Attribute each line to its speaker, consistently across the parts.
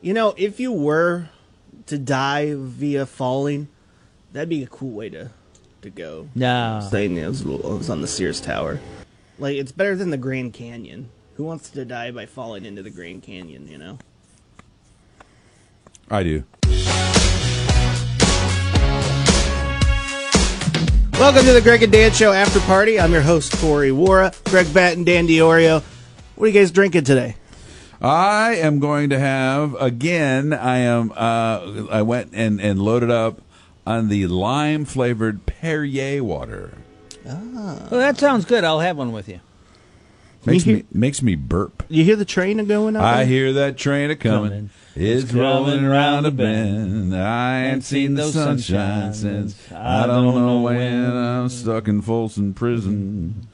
Speaker 1: You know, if you were to die via falling, that'd be a cool way to to go.
Speaker 2: No.
Speaker 1: Saying it was, it was on the Sears Tower. Like it's better than the Grand Canyon. Who wants to die by falling into the Grand Canyon? You know.
Speaker 3: I do.
Speaker 1: Welcome to the Greg and Dan Show After Party. I'm your host Corey Wara, Greg Batten, Dan Diorio. What are you guys drinking today?
Speaker 3: I am going to have again. I am. Uh, I went and and loaded up on the lime flavored Perrier water.
Speaker 2: Well, that sounds good. I'll have one with you.
Speaker 3: Makes
Speaker 1: You
Speaker 3: me makes me burp.
Speaker 1: You hear the train going up?
Speaker 3: I hear that train a coming.
Speaker 2: Coming.
Speaker 3: It's
Speaker 2: It's
Speaker 3: rolling
Speaker 2: coming
Speaker 3: around
Speaker 2: round
Speaker 3: a
Speaker 2: a
Speaker 3: bend. I ain't seen the sunshine since I don't know when. I'm stuck in Folsom Prison,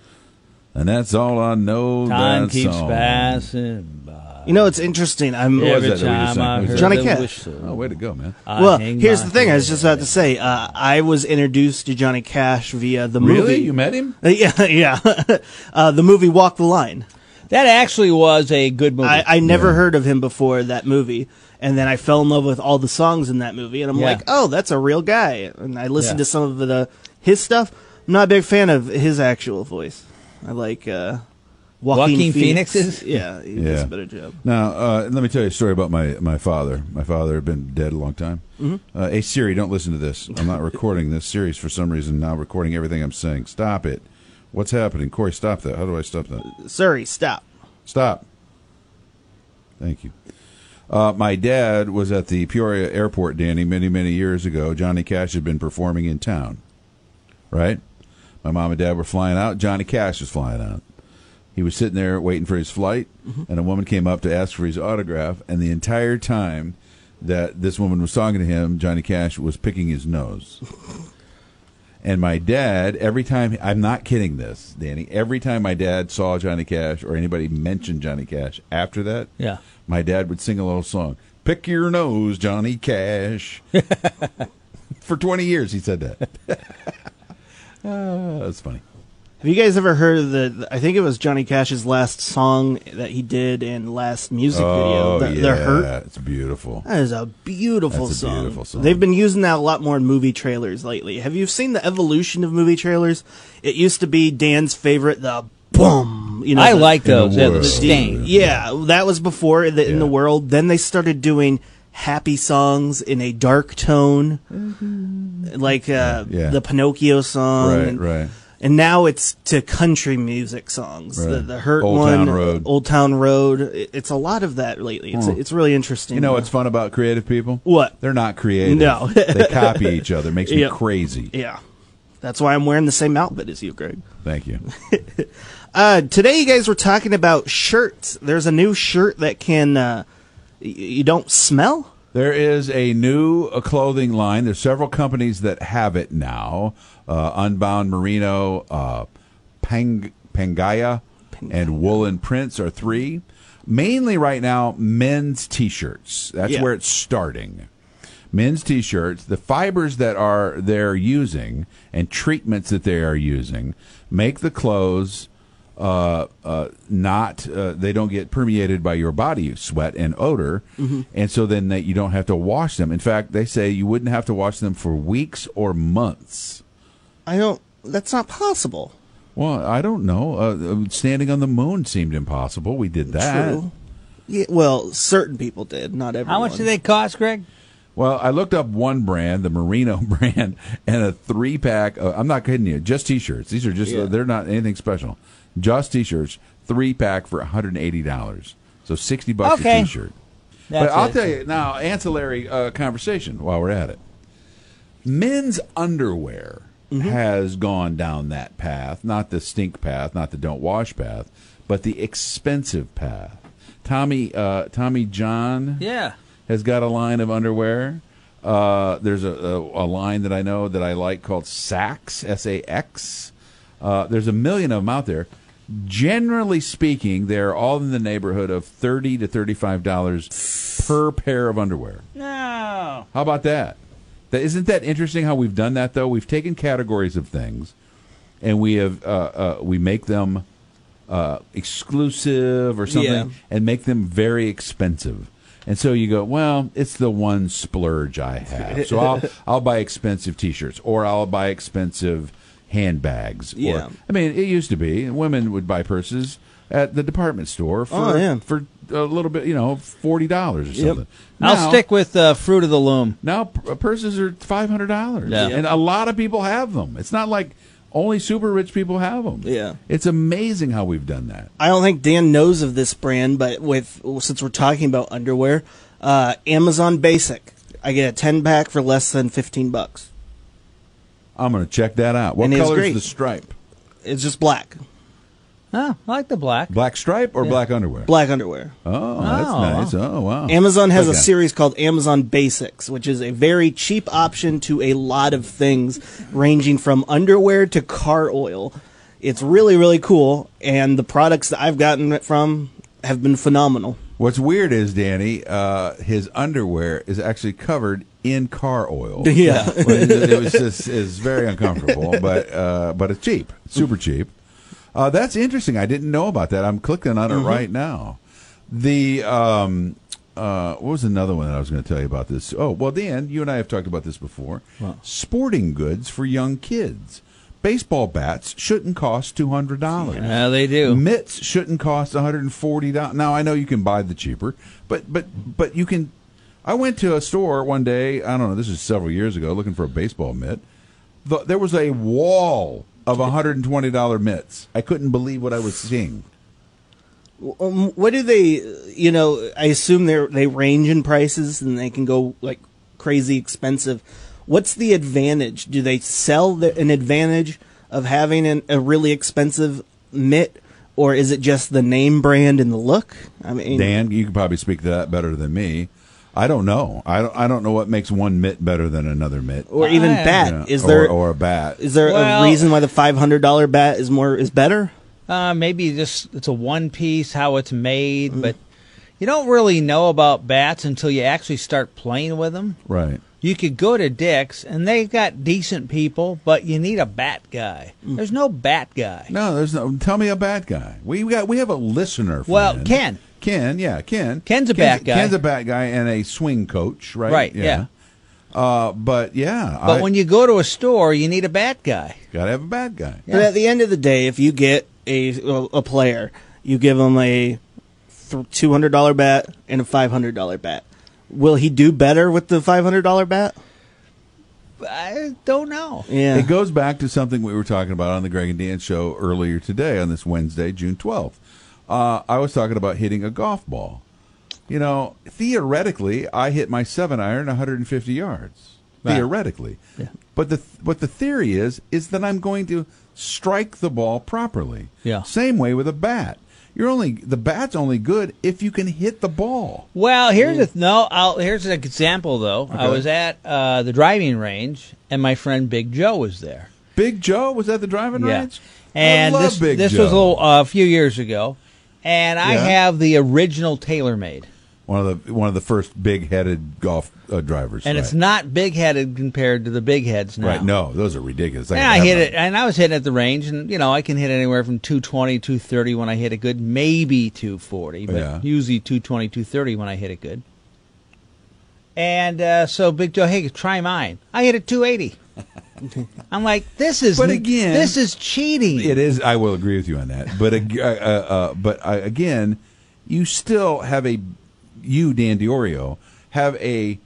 Speaker 3: and that's all I know.
Speaker 2: Time
Speaker 3: that
Speaker 2: keeps
Speaker 3: song.
Speaker 2: passing by.
Speaker 1: You know, it's interesting. I'm
Speaker 3: Yeah, was
Speaker 2: Every
Speaker 3: that that we
Speaker 2: time
Speaker 3: just sang?
Speaker 2: I
Speaker 3: Who
Speaker 2: heard
Speaker 3: was that?
Speaker 1: Johnny
Speaker 2: the
Speaker 1: Cash.
Speaker 2: whistle,
Speaker 3: Oh, way to go, man!
Speaker 2: I
Speaker 1: well,
Speaker 2: hang
Speaker 1: here's
Speaker 2: my
Speaker 1: the thing. I was
Speaker 2: head.
Speaker 1: just about to say. Uh, I was introduced to Johnny Cash via the
Speaker 3: Really,
Speaker 1: movie.
Speaker 3: you met him?
Speaker 1: Uh, yeah, yeah. uh, the movie Walk the Line.
Speaker 2: That actually was a good movie.
Speaker 1: I, I never heard of him before that movie, and then I fell in love with all the songs in that movie, and I'm
Speaker 2: Yeah.
Speaker 1: like, oh, that's a real guy. And I listened to
Speaker 2: Yeah.
Speaker 1: some of the his stuff. I'm not a big fan of his actual voice. I like uh, Joaquin,
Speaker 2: Joaquin
Speaker 1: Phoenix.
Speaker 2: Phoenix's?
Speaker 1: Yeah, he does
Speaker 3: Yeah.
Speaker 1: a better job.
Speaker 3: Now, uh, let me tell you a story about my, my father. My father had been dead a long time. Mm-hmm. Uh, hey, Siri, don't listen to this. I'm not recording this. Siri's, for some reason, now recording everything I'm saying. Stop it. What's happening? Corey, stop that. How do I stop that?
Speaker 1: Sorry, stop.
Speaker 3: Stop. Thank you. Uh, my dad was at the Peoria airport, Danny, many, many years ago. Johnny Cash had been performing in town, right? My mom and dad were flying out. Johnny Cash was flying out. He was sitting there waiting for his flight, and a woman came up to ask for his autograph. And the entire time that this woman was talking to him, Johnny Cash was picking his nose. And my dad, every time, I'm not kidding this, Danny, every time my dad saw Johnny Cash or anybody mentioned Johnny Cash after that,
Speaker 2: Yeah.
Speaker 3: my dad would sing a little song Pick Your Nose, Johnny Cash. For 20 years, he said that. uh, that's funny.
Speaker 1: Have you guys ever heard of the? the- I think it was Johnny Cash's last song that he did and last music video.
Speaker 3: Oh,
Speaker 1: The,
Speaker 3: yeah.
Speaker 1: the hurt.
Speaker 3: It's beautiful.
Speaker 1: That is a beautiful
Speaker 3: That's a
Speaker 1: song.
Speaker 3: beautiful song.
Speaker 1: They've been using that a lot more in movie trailers lately. Have you seen the evolution of movie trailers? It used to be Dan's favorite, the boom. You know,
Speaker 2: I
Speaker 1: the-
Speaker 2: like
Speaker 3: In the
Speaker 2: those. Yeah, the
Speaker 3: world.
Speaker 2: sting.
Speaker 1: Yeah, that was before the, in the
Speaker 3: Yeah.
Speaker 1: world. Then they started doing happy songs in a dark tone,
Speaker 2: Mm-hmm.
Speaker 1: like uh,
Speaker 3: Yeah.
Speaker 1: the Pinocchio song.
Speaker 3: Right,
Speaker 1: and,
Speaker 3: right.
Speaker 1: And now it's to country music songs. The,
Speaker 3: Right.
Speaker 1: the Hurt
Speaker 3: Old
Speaker 1: one,
Speaker 3: Town Road. Hmm.
Speaker 1: Old Town Road. It- It's a lot of that lately. It's, it's really interesting.
Speaker 3: You know what's fun about creative people?
Speaker 1: What?
Speaker 3: They're not creative.
Speaker 1: No.
Speaker 3: they copy each other. Makes me
Speaker 1: Yeah.
Speaker 3: crazy.
Speaker 1: Yeah. That's why I'm wearing the same outfit as you, Greg.
Speaker 3: Thank you.
Speaker 1: Uh, today, you guys were talking about shirts. There's a new shirt that can, uh, y- you don't smell?
Speaker 3: There is a new uh, clothing line. There's several companies that have it now. Uh, Unbound Merino, uh, Pang- Pangaya, and Woolen Prints are three. Mainly right now, men's t-shirts. That's
Speaker 1: Yeah.
Speaker 3: where it's starting. Men's t-shirts. The fibers that are they're using and treatments that they are using make the clothes uh, uh, not uh, they don't get permeated by your body sweat and odor, and so then that you don't have to wash them. In fact, they say you wouldn't have to wash them for weeks or months.
Speaker 1: I don't, that's not possible.
Speaker 3: Well, I don't know. Uh, standing on the moon seemed impossible. We did that.
Speaker 1: True. Yeah, well, certain people did, not everyone.
Speaker 2: How much do they cost, Greg?
Speaker 3: Well, I looked up one brand, the Merino brand, and a three pack. Uh, I'm not kidding you. Just t-shirts. These are just
Speaker 1: Yeah.
Speaker 3: they're not anything special. Just t-shirts, three pack for 180 dollars. So 60 bucks
Speaker 2: Okay.
Speaker 3: a t-shirt.
Speaker 2: That's
Speaker 3: but I'll
Speaker 2: it.
Speaker 3: tell you now, ancillary uh, conversation while we're at it. Men's underwear
Speaker 2: Mm-hmm.
Speaker 3: has gone down that path, not the stink path, not the don't wash path, but the expensive path. Tommy, uh, Tommy John,
Speaker 2: Yeah.
Speaker 3: has got a line of underwear. Uh, there's a, a, a line that I know that I like called Saks, S A X. Uh, there's a million of them out there. Generally speaking, they're all in the neighborhood of thirty to thirty-five dollars per pair of underwear.
Speaker 2: No.
Speaker 3: How about that? that? Isn't that interesting? How we've done that though? We've taken categories of things, and we have uh, uh, we make them uh, exclusive or something,
Speaker 2: Yeah.
Speaker 3: and make them very expensive. And so you go, well, it's the one splurge I have. So I'll I'll buy expensive T-shirts or I'll buy expensive handbags. or-
Speaker 1: Yeah.
Speaker 3: I mean, it used to be women would buy purses at the department store for
Speaker 1: Oh, yeah.
Speaker 3: for a little bit, you know, forty dollars or something. Now-
Speaker 2: I'll stick with uh, Fruit of the Loom.
Speaker 3: now p- uh, purses are five hundred dollars,
Speaker 2: Yeah.
Speaker 3: and a lot of people have them. It's not like only super rich people have them.
Speaker 1: Yeah.
Speaker 3: it's amazing how we've done that.
Speaker 1: I don't think Dan knows of this brand, but with since we're talking about underwear, uh, Amazon Basic, I get a ten pack for less than fifteen bucks.
Speaker 3: I'm going to check that out. What
Speaker 1: And it's
Speaker 3: color is
Speaker 1: great.
Speaker 3: the stripe?
Speaker 1: It's just black,
Speaker 2: Oh, I like the black.
Speaker 3: Black stripe or black underwear?
Speaker 1: black underwear.
Speaker 3: Oh, that's
Speaker 2: Oh,
Speaker 3: nice. Oh, wow.
Speaker 1: Amazon has
Speaker 3: Okay.
Speaker 1: a series called Amazon Basics, which is a very cheap option to a lot of things, ranging from underwear to car oil. It's really, really cool, and the products that I've gotten it from have been phenomenal.
Speaker 3: What's weird is Danny, uh, his underwear is actually covered in car oil.
Speaker 1: Yeah.
Speaker 3: Well, it, it was just is very uncomfortable, but uh, but it's cheap, super cheap. Uh, that's interesting. I didn't know about that. I'm clicking on it right now. The um, uh, what was another one that I was going to tell you about this? Oh, well, Dan, you and I have talked about this before. Sporting goods for young kids. Baseball bats shouldn't cost two hundred dollars.
Speaker 2: Yeah, they do.
Speaker 3: Mitts shouldn't cost one hundred and forty dollars. Now I know you can buy the cheaper, but but but you can. I went to a store one day. I don't know. This is several years ago, looking for a baseball mitt. The, there was a wall of one hundred and twenty dollar mitts. I couldn't believe what I was seeing.
Speaker 1: Um, what do they? You know, I assume they they range in prices and they can go like crazy expensive. What's the advantage? Do they sell the, an advantage of having an, a really expensive mitt, or is it just the name brand and the look? I mean,
Speaker 3: Dan, you can probably speak to that better than me. I don't know. I don't, I don't know what makes one mitt better than another mitt.
Speaker 1: or even
Speaker 2: I-
Speaker 1: bat?
Speaker 3: Yeah,
Speaker 1: is there is
Speaker 3: or, or a bat?
Speaker 1: there
Speaker 2: Well-
Speaker 1: a reason why the five hundred dollar bat is more is better?
Speaker 2: Uh, maybe just it's a one piece, how it's made, but you don't really know about bats until you actually start playing with them.
Speaker 3: right?
Speaker 2: You could go to Dick's and they've got decent people, but you need a bat guy. There's no bat guy.
Speaker 3: Mm. No, there's no. Tell me a bad guy. We got we have a listener. Friend.
Speaker 2: Well, Ken.
Speaker 3: Ken, yeah, Ken.
Speaker 2: Ken's a
Speaker 3: Ken's,
Speaker 2: bad guy.
Speaker 3: Ken's a bad guy and a swing coach, right?
Speaker 2: Right, yeah.
Speaker 3: Uh, but yeah,
Speaker 2: But
Speaker 3: I
Speaker 2: when you go to a store, you need a bat guy.
Speaker 3: gotta have a bad guy.
Speaker 1: But at the end of the day, if you get a a player, you give him a two hundred dollar bat and a five hundred dollar bat. Will he do better with the five hundred dollar bat?
Speaker 2: I don't know.
Speaker 1: Yeah,
Speaker 3: It goes back to something we were talking about on the Greg and Dan show earlier today on this Wednesday, June 12th. Uh, I was talking about hitting a golf ball. You know, theoretically, I hit my seven iron 150 yards.
Speaker 2: Right.
Speaker 3: Theoretically. But the what the theory is is that I'm going to strike the ball properly.
Speaker 2: Yeah.
Speaker 3: Same way with a bat. You're only the bat's only good if you can hit the ball.
Speaker 2: Well, here's a no. I'll, here's an example though. I
Speaker 3: Mm. Okay.
Speaker 2: was at uh, the driving range, and my friend Big Joe was there.
Speaker 3: Big Joe was that the driving range?
Speaker 2: And
Speaker 3: I love
Speaker 2: this,
Speaker 3: Big
Speaker 2: this
Speaker 3: Joe.
Speaker 2: was a, little, uh, a few years ago, and I
Speaker 3: Yeah.
Speaker 2: have the original TaylorMade,
Speaker 3: one of the one of the first big-headed golf uh, drivers.
Speaker 2: and
Speaker 3: right.
Speaker 2: it's not big headed compared to the big heads now.
Speaker 3: Right. No, those are ridiculous.
Speaker 2: And I hit it, and I was hitting at the range, and you know I can hit anywhere from 220, 230 when I hit it good, maybe 240, but
Speaker 3: Yeah.
Speaker 2: usually 220, 230 when I hit it good. And uh, so Big Joe, hey, try mine. I hit it 280. I'm like, this is
Speaker 3: But again-
Speaker 2: this is cheating.
Speaker 3: It is. I will agree with you on that. But ag- uh, uh, uh, but uh, again, you still have a you Dan Diorio have a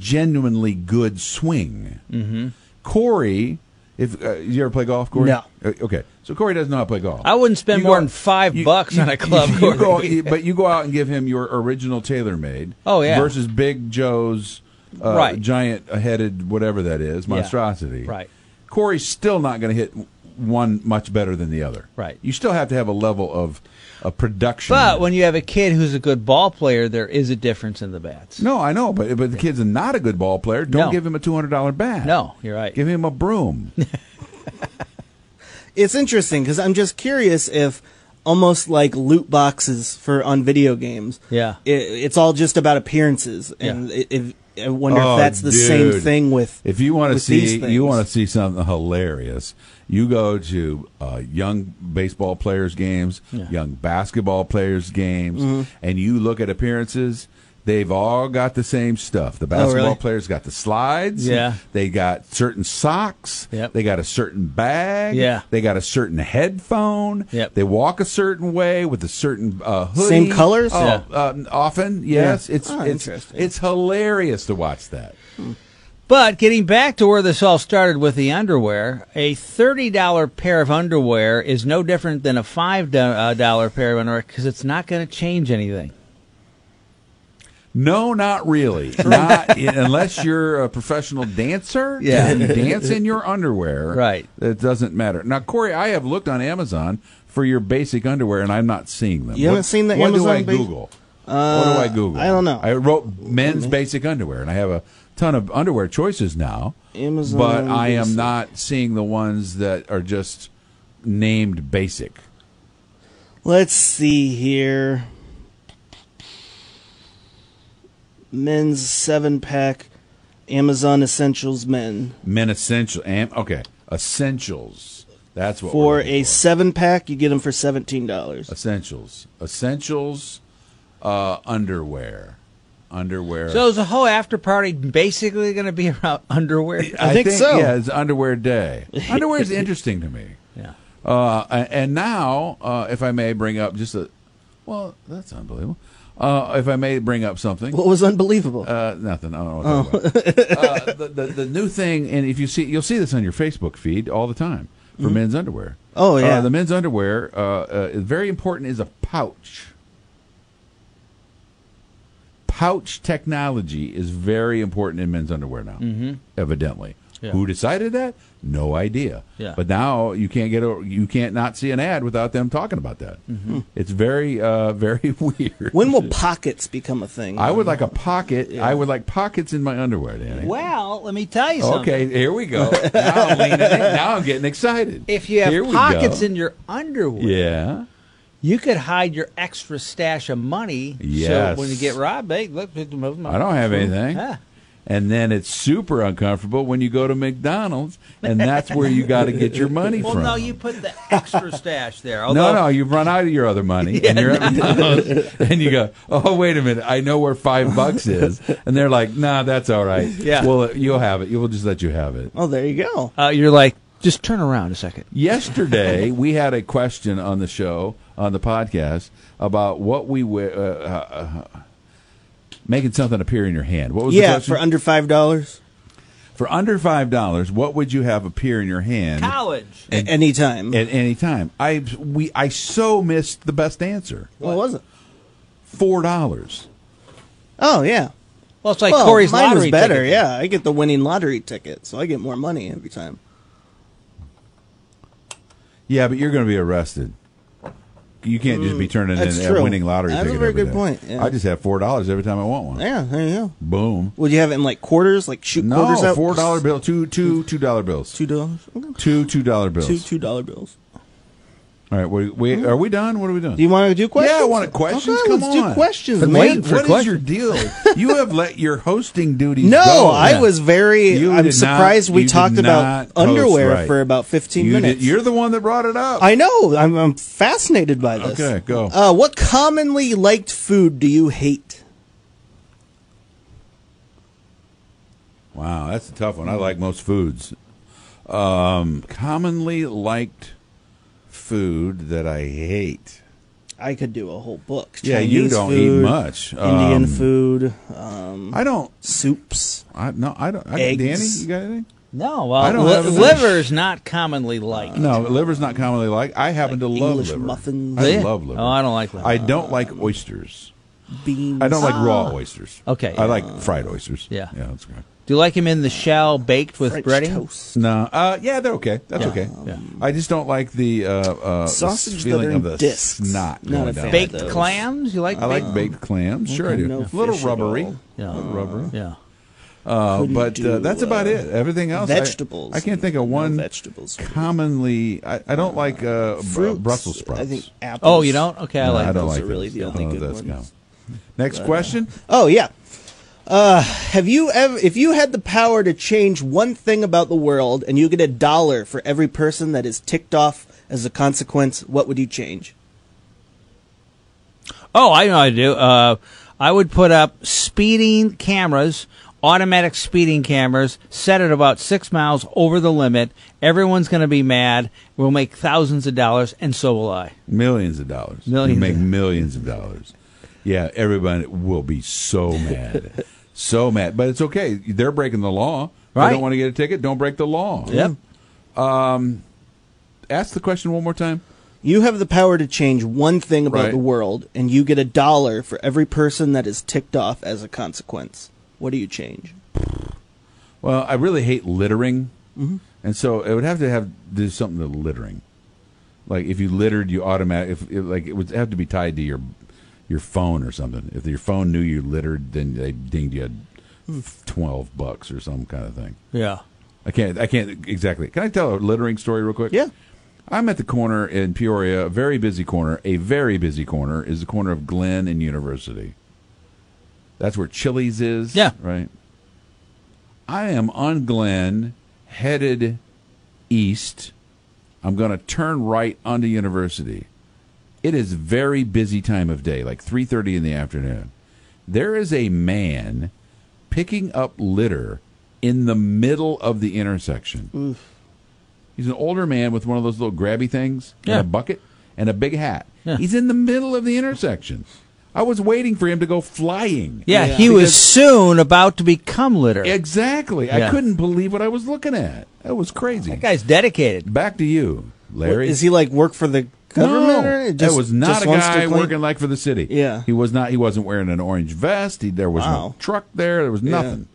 Speaker 3: genuinely good swing. Mm-hmm. Corey, if uh, you ever play golf, Corey?
Speaker 1: No.
Speaker 3: Uh, Okay, so Corey doesn't know how to play golf.
Speaker 2: I wouldn't spend
Speaker 3: You
Speaker 2: more
Speaker 3: go-
Speaker 2: than five bucks on a club,
Speaker 3: you
Speaker 2: Corey.
Speaker 3: go- you- but you go out and give him your original TaylorMade.
Speaker 2: Oh, yeah.
Speaker 3: Versus Big Joe's uh,
Speaker 2: Right.
Speaker 3: giant-headed whatever that is
Speaker 2: Yeah.
Speaker 3: monstrosity.
Speaker 2: Right.
Speaker 3: Corey's still not going to hit one much better than the other.
Speaker 2: Right.
Speaker 3: You still have to have a level of a production.
Speaker 2: But when you have a kid who's a good ball player, there is a difference in the bats.
Speaker 3: no, I know, but but the kid's not a good ball player. Don't
Speaker 2: No.
Speaker 3: give him a two hundred dollar bat.
Speaker 2: No, you're right.
Speaker 3: Give him a broom.
Speaker 1: it's interesting because I'm just curious if almost like loot boxes for on video games.
Speaker 2: Yeah.
Speaker 1: i it's all just about appearances, and
Speaker 2: Yeah.
Speaker 1: i if, I wonder
Speaker 3: Oh,
Speaker 1: if that's the same
Speaker 3: dude.
Speaker 1: thing with
Speaker 3: If you want to
Speaker 1: with these
Speaker 3: see,
Speaker 1: things.
Speaker 3: you want to see something hilarious. You go to uh, young baseball
Speaker 1: Mm-hmm.
Speaker 3: players' games, young basketball players' games, and you look at appearances. They've all got the same stuff.
Speaker 1: Oh,
Speaker 3: The basketball
Speaker 2: really?
Speaker 3: players got the slides.
Speaker 2: Yeah.
Speaker 3: They got certain socks.
Speaker 2: Yep.
Speaker 3: They got a certain bag.
Speaker 2: Yeah.
Speaker 3: They got a certain headphone.
Speaker 2: Yep.
Speaker 3: They walk a certain way with a certain uh, hoodie.
Speaker 1: Same colors?
Speaker 3: Oh,
Speaker 2: Yeah.
Speaker 3: um, often, yes.
Speaker 1: Yeah.
Speaker 3: It's
Speaker 1: Oh,
Speaker 3: it's
Speaker 1: interesting.
Speaker 3: it's hilarious to watch that.
Speaker 2: But getting back to where this all started with the underwear, a $30 pair of underwear is no different than a $5 do- uh, dollar pair of underwear because it's not going to change anything.
Speaker 3: No, not really. Not unless you're a professional dancer.
Speaker 2: Yeah.
Speaker 3: and you dance in your underwear.
Speaker 2: Right.
Speaker 3: It doesn't matter. Now, Corey, I have looked on Amazon for your basic underwear, and I'm not seeing them.
Speaker 1: You haven't seen the
Speaker 3: what
Speaker 1: Amazon
Speaker 3: What do I
Speaker 1: bas-
Speaker 3: Google? what do I Google?
Speaker 1: I don't know.
Speaker 3: I wrote men's basic underwear, and I have a ton of underwear choices now.
Speaker 1: Amazon
Speaker 3: But I am
Speaker 1: basic.
Speaker 3: not seeing the ones that are just named basic.
Speaker 1: Let's see here. Men's seven pack, Amazon Essentials Men.
Speaker 3: Men essential. Am, okay. Essentials. That's what we're
Speaker 1: For
Speaker 3: looking
Speaker 1: a seven pack, you get them for seventeen dollars.
Speaker 3: Essentials. Essentials uh, underwear. Underwear.
Speaker 2: So is the whole after party basically going to be about underwear?
Speaker 1: I think so.
Speaker 3: Yeah, it's underwear day. Underwear is interesting to me.
Speaker 2: Yeah.
Speaker 3: Uh, a- and now, uh, if I may bring up just a, well, that's unbelievable. Uh, if I may bring up something,
Speaker 1: What was unbelievable?
Speaker 3: uh, nothing. I don't know what to talk about. uh, the, the the new thing, and if you see, you'll see this on your Facebook feed all the time for men's underwear.
Speaker 1: Oh, yeah.
Speaker 3: uh, the men's underwear. Uh, uh, is very important is a pouch. Pouch technology is very important in men's underwear now. Mm-hmm. Evidently,
Speaker 2: Yeah.
Speaker 3: who decided that? No idea.
Speaker 2: Yeah.
Speaker 3: But now you can't get a, you can't not see an ad without them talking about that. It's very uh, very weird.
Speaker 1: when will pockets become a thing?
Speaker 3: I
Speaker 2: Uh-huh.
Speaker 3: would like a pocket. I would like pockets in my underwear, Danny.
Speaker 2: Well, let me tell you something.
Speaker 3: Okay, here we go. Now I'm, leaning in. Now I'm getting excited.
Speaker 2: If you have
Speaker 3: Here we
Speaker 2: pockets
Speaker 3: go.
Speaker 2: in your underwear,
Speaker 3: yeah,
Speaker 2: you could hide your extra stash of money.
Speaker 3: Yes.
Speaker 2: So when you get robbed, hey, look, I don't
Speaker 3: I don't have anything.
Speaker 2: Ah.
Speaker 3: And then it's super uncomfortable when you go to McDonald's, and that's where you got to get your money
Speaker 2: Well,
Speaker 3: from.
Speaker 2: no, you put the extra stash there.
Speaker 3: No,
Speaker 2: Although,
Speaker 3: no, you've run out of your other money, and you're at McDonald's, and you go, "Oh, wait a minute, I know where five bucks is," and they're like, "Nah, that's all right.
Speaker 2: Yeah.
Speaker 3: well, you'll have it. We'll just let you have it."
Speaker 1: oh, there you go.
Speaker 2: Uh, you're like, just turn around a second.
Speaker 3: Yesterday, we had a question on the show, on the podcast, about what we wear, uh, uh, uh, making something appear in your hand. What was the
Speaker 1: Yeah,
Speaker 3: question?
Speaker 1: for under five dollars
Speaker 3: For under five dollars, what would you have appear in your hand
Speaker 2: College.
Speaker 1: at any time.
Speaker 3: at any time? I we I so missed the best answer.
Speaker 1: what was it?
Speaker 3: Four dollars.
Speaker 1: Oh yeah.
Speaker 2: Well, it's like
Speaker 1: well,
Speaker 2: Corey's
Speaker 1: mine
Speaker 2: lottery
Speaker 1: was better.
Speaker 2: ticket.
Speaker 1: Yeah, I get the winning lottery ticket, so I get more money every time.
Speaker 3: Yeah, but you're going to be arrested. You can't just be turning
Speaker 1: Mm, that's
Speaker 3: in a
Speaker 1: true.
Speaker 3: winning lottery
Speaker 1: That's a
Speaker 3: ticket.
Speaker 1: very
Speaker 3: every
Speaker 1: good
Speaker 3: day.
Speaker 1: point, yeah.
Speaker 3: I just have four dollars every time I want one.
Speaker 1: Yeah, there you go.
Speaker 3: Boom.
Speaker 1: Would you have it in like quarters, like shoot quarters
Speaker 3: No,
Speaker 1: out?
Speaker 3: four dollar bill, two two two dollar bills.
Speaker 1: two dollars, Okay.
Speaker 3: Two two dollar bills.
Speaker 1: two two dollar bills.
Speaker 3: All right, we, we are we done? What are we doing?
Speaker 1: Do you want to do questions?
Speaker 3: Yeah, I want questions.
Speaker 1: Okay,
Speaker 3: Come
Speaker 1: let's
Speaker 3: on.
Speaker 1: do questions,
Speaker 3: What-
Speaker 1: man.
Speaker 3: What
Speaker 2: waiting
Speaker 3: is
Speaker 2: for questions.
Speaker 3: your deal? you have let your hosting duties.
Speaker 1: No,
Speaker 3: go.
Speaker 1: I was very.
Speaker 3: You
Speaker 1: I'm
Speaker 3: did
Speaker 1: surprised
Speaker 3: not-
Speaker 1: we
Speaker 3: you did
Speaker 1: talked
Speaker 3: not
Speaker 1: about
Speaker 3: host
Speaker 1: underwear
Speaker 3: right.
Speaker 1: for about 15
Speaker 3: You
Speaker 1: minutes.
Speaker 3: did- you're the one that brought it up.
Speaker 1: I know. I'm, I'm fascinated by this.
Speaker 3: Okay, go.
Speaker 1: Uh, what commonly liked food do you hate?
Speaker 3: wow, that's a tough one. I like most foods. Um, commonly liked food that I hate.
Speaker 1: I could do a whole book.
Speaker 3: Yeah, you
Speaker 1: Chinese
Speaker 3: don't eat
Speaker 1: food,
Speaker 3: much.
Speaker 1: Indian
Speaker 3: Um,
Speaker 1: food, um,
Speaker 3: I don't.
Speaker 1: soups.
Speaker 3: I no. I don't. I,
Speaker 1: Eggs.
Speaker 3: Danny, you got anything?
Speaker 2: No, well,
Speaker 3: I don't
Speaker 2: li-
Speaker 3: have a-
Speaker 2: liver is not commonly liked.
Speaker 3: No, liver's not commonly liked. I happen to love
Speaker 1: English
Speaker 3: liver.
Speaker 1: muffins.
Speaker 3: I
Speaker 2: Yeah.
Speaker 3: love liver.
Speaker 2: Oh, I don't like liver.
Speaker 3: I don't like oysters.
Speaker 1: Beans.
Speaker 3: I don't like
Speaker 1: Ah.
Speaker 3: raw oysters.
Speaker 2: Okay,
Speaker 3: I
Speaker 2: yeah.
Speaker 3: like fried oysters.
Speaker 2: Yeah.
Speaker 3: Yeah, that's good.
Speaker 2: Do you like him in the shell baked with
Speaker 1: French
Speaker 2: breading?
Speaker 1: toast.
Speaker 3: No. Uh, yeah, they're okay. That's okay.
Speaker 2: Yeah.
Speaker 3: I just don't like the uh, uh, the
Speaker 1: Sausage that
Speaker 3: feeling
Speaker 1: are
Speaker 3: of
Speaker 1: in
Speaker 3: the
Speaker 1: discs.
Speaker 3: snot
Speaker 1: Not
Speaker 3: going
Speaker 1: a
Speaker 3: down.
Speaker 1: fan.
Speaker 2: Baked
Speaker 1: Those.
Speaker 2: clams? You like
Speaker 3: I
Speaker 2: baked?
Speaker 3: like baked clams. Sure, I do.
Speaker 1: no
Speaker 3: a
Speaker 1: fish
Speaker 3: little
Speaker 1: at
Speaker 3: rubbery.
Speaker 1: all.
Speaker 2: Yeah.
Speaker 3: A little rubbery.
Speaker 2: yeah.
Speaker 3: Uh, but
Speaker 1: do,
Speaker 3: uh, that's about
Speaker 1: uh,
Speaker 3: it. Everything else, I-
Speaker 1: vegetables.
Speaker 3: I, can't think of
Speaker 1: No
Speaker 3: one
Speaker 1: vegetables.
Speaker 3: commonly. I, I don't like uh, br-
Speaker 1: Fruits,
Speaker 3: Brussels sprouts.
Speaker 1: I think apples.
Speaker 2: Oh, you don't? Okay, I
Speaker 3: No,
Speaker 2: like
Speaker 3: I don't
Speaker 1: those
Speaker 3: like
Speaker 1: are really
Speaker 3: those. uh,
Speaker 1: the only good
Speaker 3: Oh, that's
Speaker 1: ones.
Speaker 3: no. Next question.
Speaker 1: Oh yeah. Uh, have you ever, if you had the power to change one thing about the world and you get a dollar for every person that is ticked off as a consequence, what would you change?
Speaker 2: Oh, I know I do. Uh, I would put up speeding cameras, automatic speeding cameras, set it about six miles over the limit. Everyone's going to be mad. We'll make thousands of dollars, and so will I.
Speaker 3: Millions of dollars.
Speaker 2: Millions
Speaker 3: You make
Speaker 2: of-
Speaker 3: millions of dollars. Yeah, everybody will be so mad. so mad. But it's okay. They're breaking the law. They
Speaker 2: Right.
Speaker 3: don't want to get a ticket. Don't break the law.
Speaker 2: Yep.
Speaker 3: Ask the question one more time.
Speaker 1: You have the power to change one thing about
Speaker 3: Right.
Speaker 1: the world, and you get a dollar for every person that is ticked off as a consequence. What do you change?
Speaker 3: Well, I really hate littering. And so it would have to have do something to littering. Like if you littered, you automatic. If, if like it would have to be tied to your your phone or something. If your phone knew you littered, then they dinged you a twelve bucks or some kind of thing.
Speaker 2: Yeah.
Speaker 3: I can't. I can't exactly. Can I tell a littering story real quick?
Speaker 1: Yeah.
Speaker 3: I'm at the corner in Peoria, a very busy corner. A very busy corner is the corner of Glen and University. That's where Chili's is.
Speaker 2: Yeah.
Speaker 3: Right. I am on Glen, headed east. I'm going to turn right onto University. It is very busy time of day, like 3:30 in the afternoon. There is a man picking up litter in the middle of the intersection. He's an older man with one of those little grabby things
Speaker 2: Yeah.
Speaker 3: and a bucket and a big hat.
Speaker 2: Yeah.
Speaker 3: He's in the middle of the intersection. I was waiting for him to go flying.
Speaker 2: Yeah,
Speaker 1: Yeah.
Speaker 2: he was
Speaker 3: Because-
Speaker 2: soon about to become litter.
Speaker 3: Exactly. I
Speaker 2: Yeah.
Speaker 3: couldn't believe what I was looking at. That was crazy.
Speaker 2: that guy's dedicated.
Speaker 3: Back to you, Larry.
Speaker 1: Is he like work for the government? or
Speaker 3: No,
Speaker 1: anything? Just-
Speaker 3: that was not
Speaker 1: just
Speaker 3: a
Speaker 1: wants to
Speaker 3: guy
Speaker 1: clean-
Speaker 3: working like for the city.
Speaker 1: Yeah.
Speaker 3: he was not. He wasn't wearing an orange vest. He, there was no
Speaker 1: Wow.
Speaker 3: truck there. There was
Speaker 1: Yeah.
Speaker 3: nothing.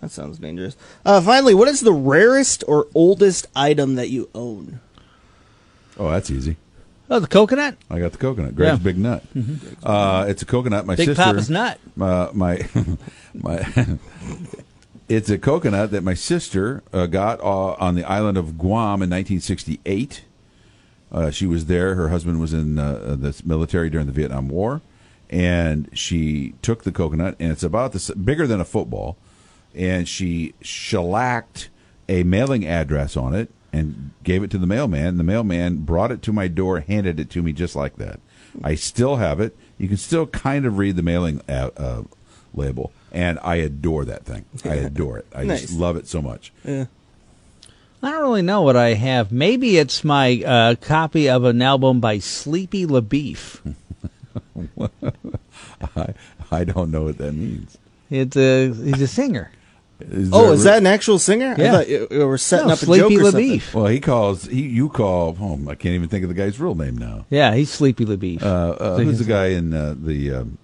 Speaker 1: That sounds dangerous. Uh, finally, what is the rarest or oldest item that you own?
Speaker 3: Oh, that's easy.
Speaker 2: Oh, the coconut?
Speaker 3: I got the coconut. Greg's
Speaker 2: Yeah.
Speaker 3: big nut.
Speaker 1: Mm-hmm.
Speaker 3: Uh, it's a coconut. My
Speaker 2: Big
Speaker 3: sister.
Speaker 2: Papa's nut.
Speaker 3: My my. my it's a coconut that my sister uh, got uh, on the island of Guam in 1968. Uh, she was there. Her husband was in uh, the military during the Vietnam War, and she took the coconut, and it's about this bigger than a football, and she shellacked a mailing address on it and gave it to the mailman. The mailman brought it to my door, handed it to me just like that. I still have it. You can still kind of read the mailing uh, uh, label, and I adore that thing. I adore it. I
Speaker 1: Nice.
Speaker 3: just love it so much.
Speaker 2: I don't really know what I have. Maybe it's my uh, copy of an album by Sleepy LaBeef.
Speaker 3: Hmm. I, I don't know what that means.
Speaker 2: It's a, he's a singer.
Speaker 1: Oh,
Speaker 3: there
Speaker 1: is
Speaker 3: re-
Speaker 1: that an actual singer?
Speaker 2: Yeah.
Speaker 1: I thought you, you were setting
Speaker 2: No,
Speaker 1: up a joke
Speaker 2: Sleepy
Speaker 1: or something.
Speaker 2: LaBeef.
Speaker 3: Well, he calls. He you call. Oh, I can't even think of the guy's real name now.
Speaker 2: Yeah, he's Sleepy LaBeef.
Speaker 3: Uh, uh, who's the guy in uh, the um,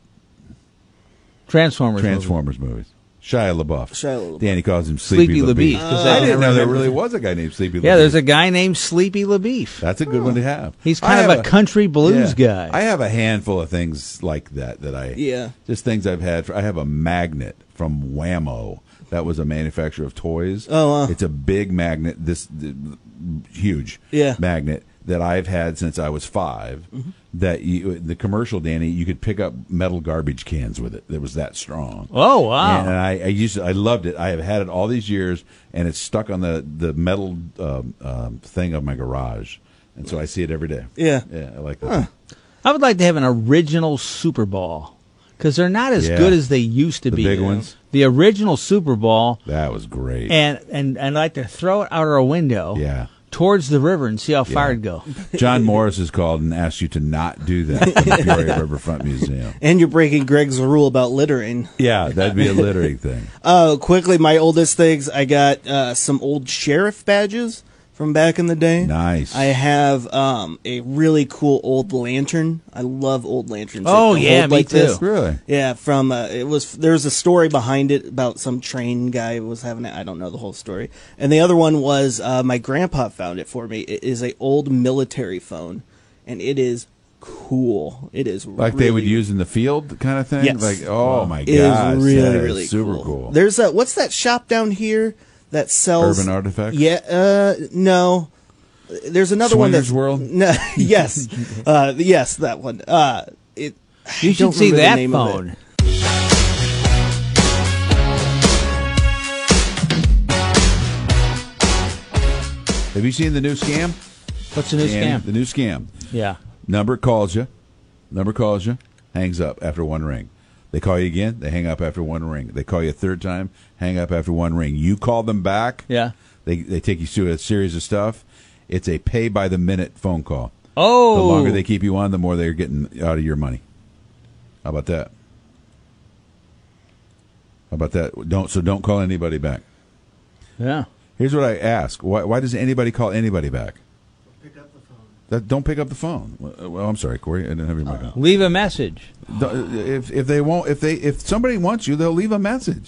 Speaker 2: Transformers.
Speaker 3: Transformers movies? Shia LaBeouf.
Speaker 1: Shia LaBeouf.
Speaker 3: Danny calls him Sleepy,
Speaker 2: Sleepy
Speaker 3: LaBeef.
Speaker 2: LaBeouf, 'cause
Speaker 3: I
Speaker 2: that's-
Speaker 3: didn't know there really was a guy named Sleepy.
Speaker 2: Yeah,
Speaker 3: LaBeouf.
Speaker 2: there's a guy named Sleepy LaBeef.
Speaker 3: That's a good one to have.
Speaker 2: He's
Speaker 3: Uh, I
Speaker 2: kind of
Speaker 3: have
Speaker 2: a, country blues
Speaker 3: yeah.
Speaker 2: guy.
Speaker 3: I have a handful of things like that that I
Speaker 1: Yeah.
Speaker 3: just things I've had. For, I have a magnet from Whammo. That was a manufacturer of toys.
Speaker 1: Oh, wow.
Speaker 3: it's a big magnet. This th- huge
Speaker 1: Yeah. Mm-hmm.
Speaker 3: magnet that I've had since I was 5 That you, the commercial, Danny, you could pick up metal garbage cans with it. That was that strong.
Speaker 2: oh, wow.
Speaker 3: And I, I used to, I loved it. I have had it all these years, and it's stuck on the the metal um, um, thing of my garage, and so I see it every day.
Speaker 1: Yeah.
Speaker 3: yeah, I like that.
Speaker 2: I would like to have an original Super Bowl because they're not as
Speaker 3: Yeah.
Speaker 2: good as they used to
Speaker 3: The
Speaker 2: be.
Speaker 3: big ones?
Speaker 2: The original Super Bowl,
Speaker 3: That was great.
Speaker 2: and and and I'd like to throw it out our window.
Speaker 3: Yeah.
Speaker 2: Towards the river and see how far it'd go.
Speaker 3: John Morris has called and asked you to not do that in the Peoria Riverfront Museum.
Speaker 1: And you're breaking Greg's rule about littering.
Speaker 3: Yeah, that'd be a littering thing.
Speaker 1: Uh, quickly, my oldest things. I got uh, some old sheriff badges from back in the day.
Speaker 3: Nice.
Speaker 1: I have um, a really cool old lantern. I love old lanterns. that
Speaker 2: Oh,
Speaker 1: can
Speaker 2: yeah,
Speaker 1: hold
Speaker 2: me
Speaker 1: like this.
Speaker 2: too.
Speaker 3: Really?
Speaker 1: Yeah, from uh, it was there was a story behind it about some train guy was having it. I don't know the whole story. And the other one was uh, my grandpa found it for me. It is a old military phone, and it is cool. It is
Speaker 3: Like
Speaker 1: really,
Speaker 3: they would use in the field kind of thing?
Speaker 1: Yes.
Speaker 3: Like, oh my
Speaker 1: It is
Speaker 3: god,
Speaker 1: really really
Speaker 3: super cool.
Speaker 1: There's that. What's that shop down here that sells
Speaker 3: Urban Artifacts?
Speaker 1: Yeah. Uh, no. There's another one that's
Speaker 3: Swingers World?
Speaker 1: No. Yes. uh, yes, that one. Uh, it.
Speaker 2: You
Speaker 1: I
Speaker 2: should
Speaker 1: don't
Speaker 2: see
Speaker 1: remember the
Speaker 2: that
Speaker 1: name of it.
Speaker 2: phone.
Speaker 3: Have you seen the new scam?
Speaker 2: What's the new
Speaker 3: Danny? The
Speaker 2: scam?
Speaker 3: new scam.
Speaker 2: Yeah.
Speaker 3: Number calls you. Number calls you. Hangs up after one ring. They call you again, they hang up after one ring. They call you a third time, hang up after one ring. You call them back,
Speaker 2: Yeah.
Speaker 3: they, they take you through a series of stuff. It's a pay by the minute phone call.
Speaker 2: Oh.
Speaker 3: The longer they keep you on, the more they're getting out of your money. How about that? How about that? Don't so don't call anybody back.
Speaker 2: Yeah.
Speaker 3: Here's what I ask: Why, why does anybody call anybody back?
Speaker 4: Pick up the phone.
Speaker 3: That, don't pick up the phone. Well, I'm sorry, Corey. I didn't
Speaker 4: Oh.
Speaker 3: have your mic on.
Speaker 2: Leave a message.
Speaker 3: Don't- If if they won't, if they if somebody wants you, they'll leave a message.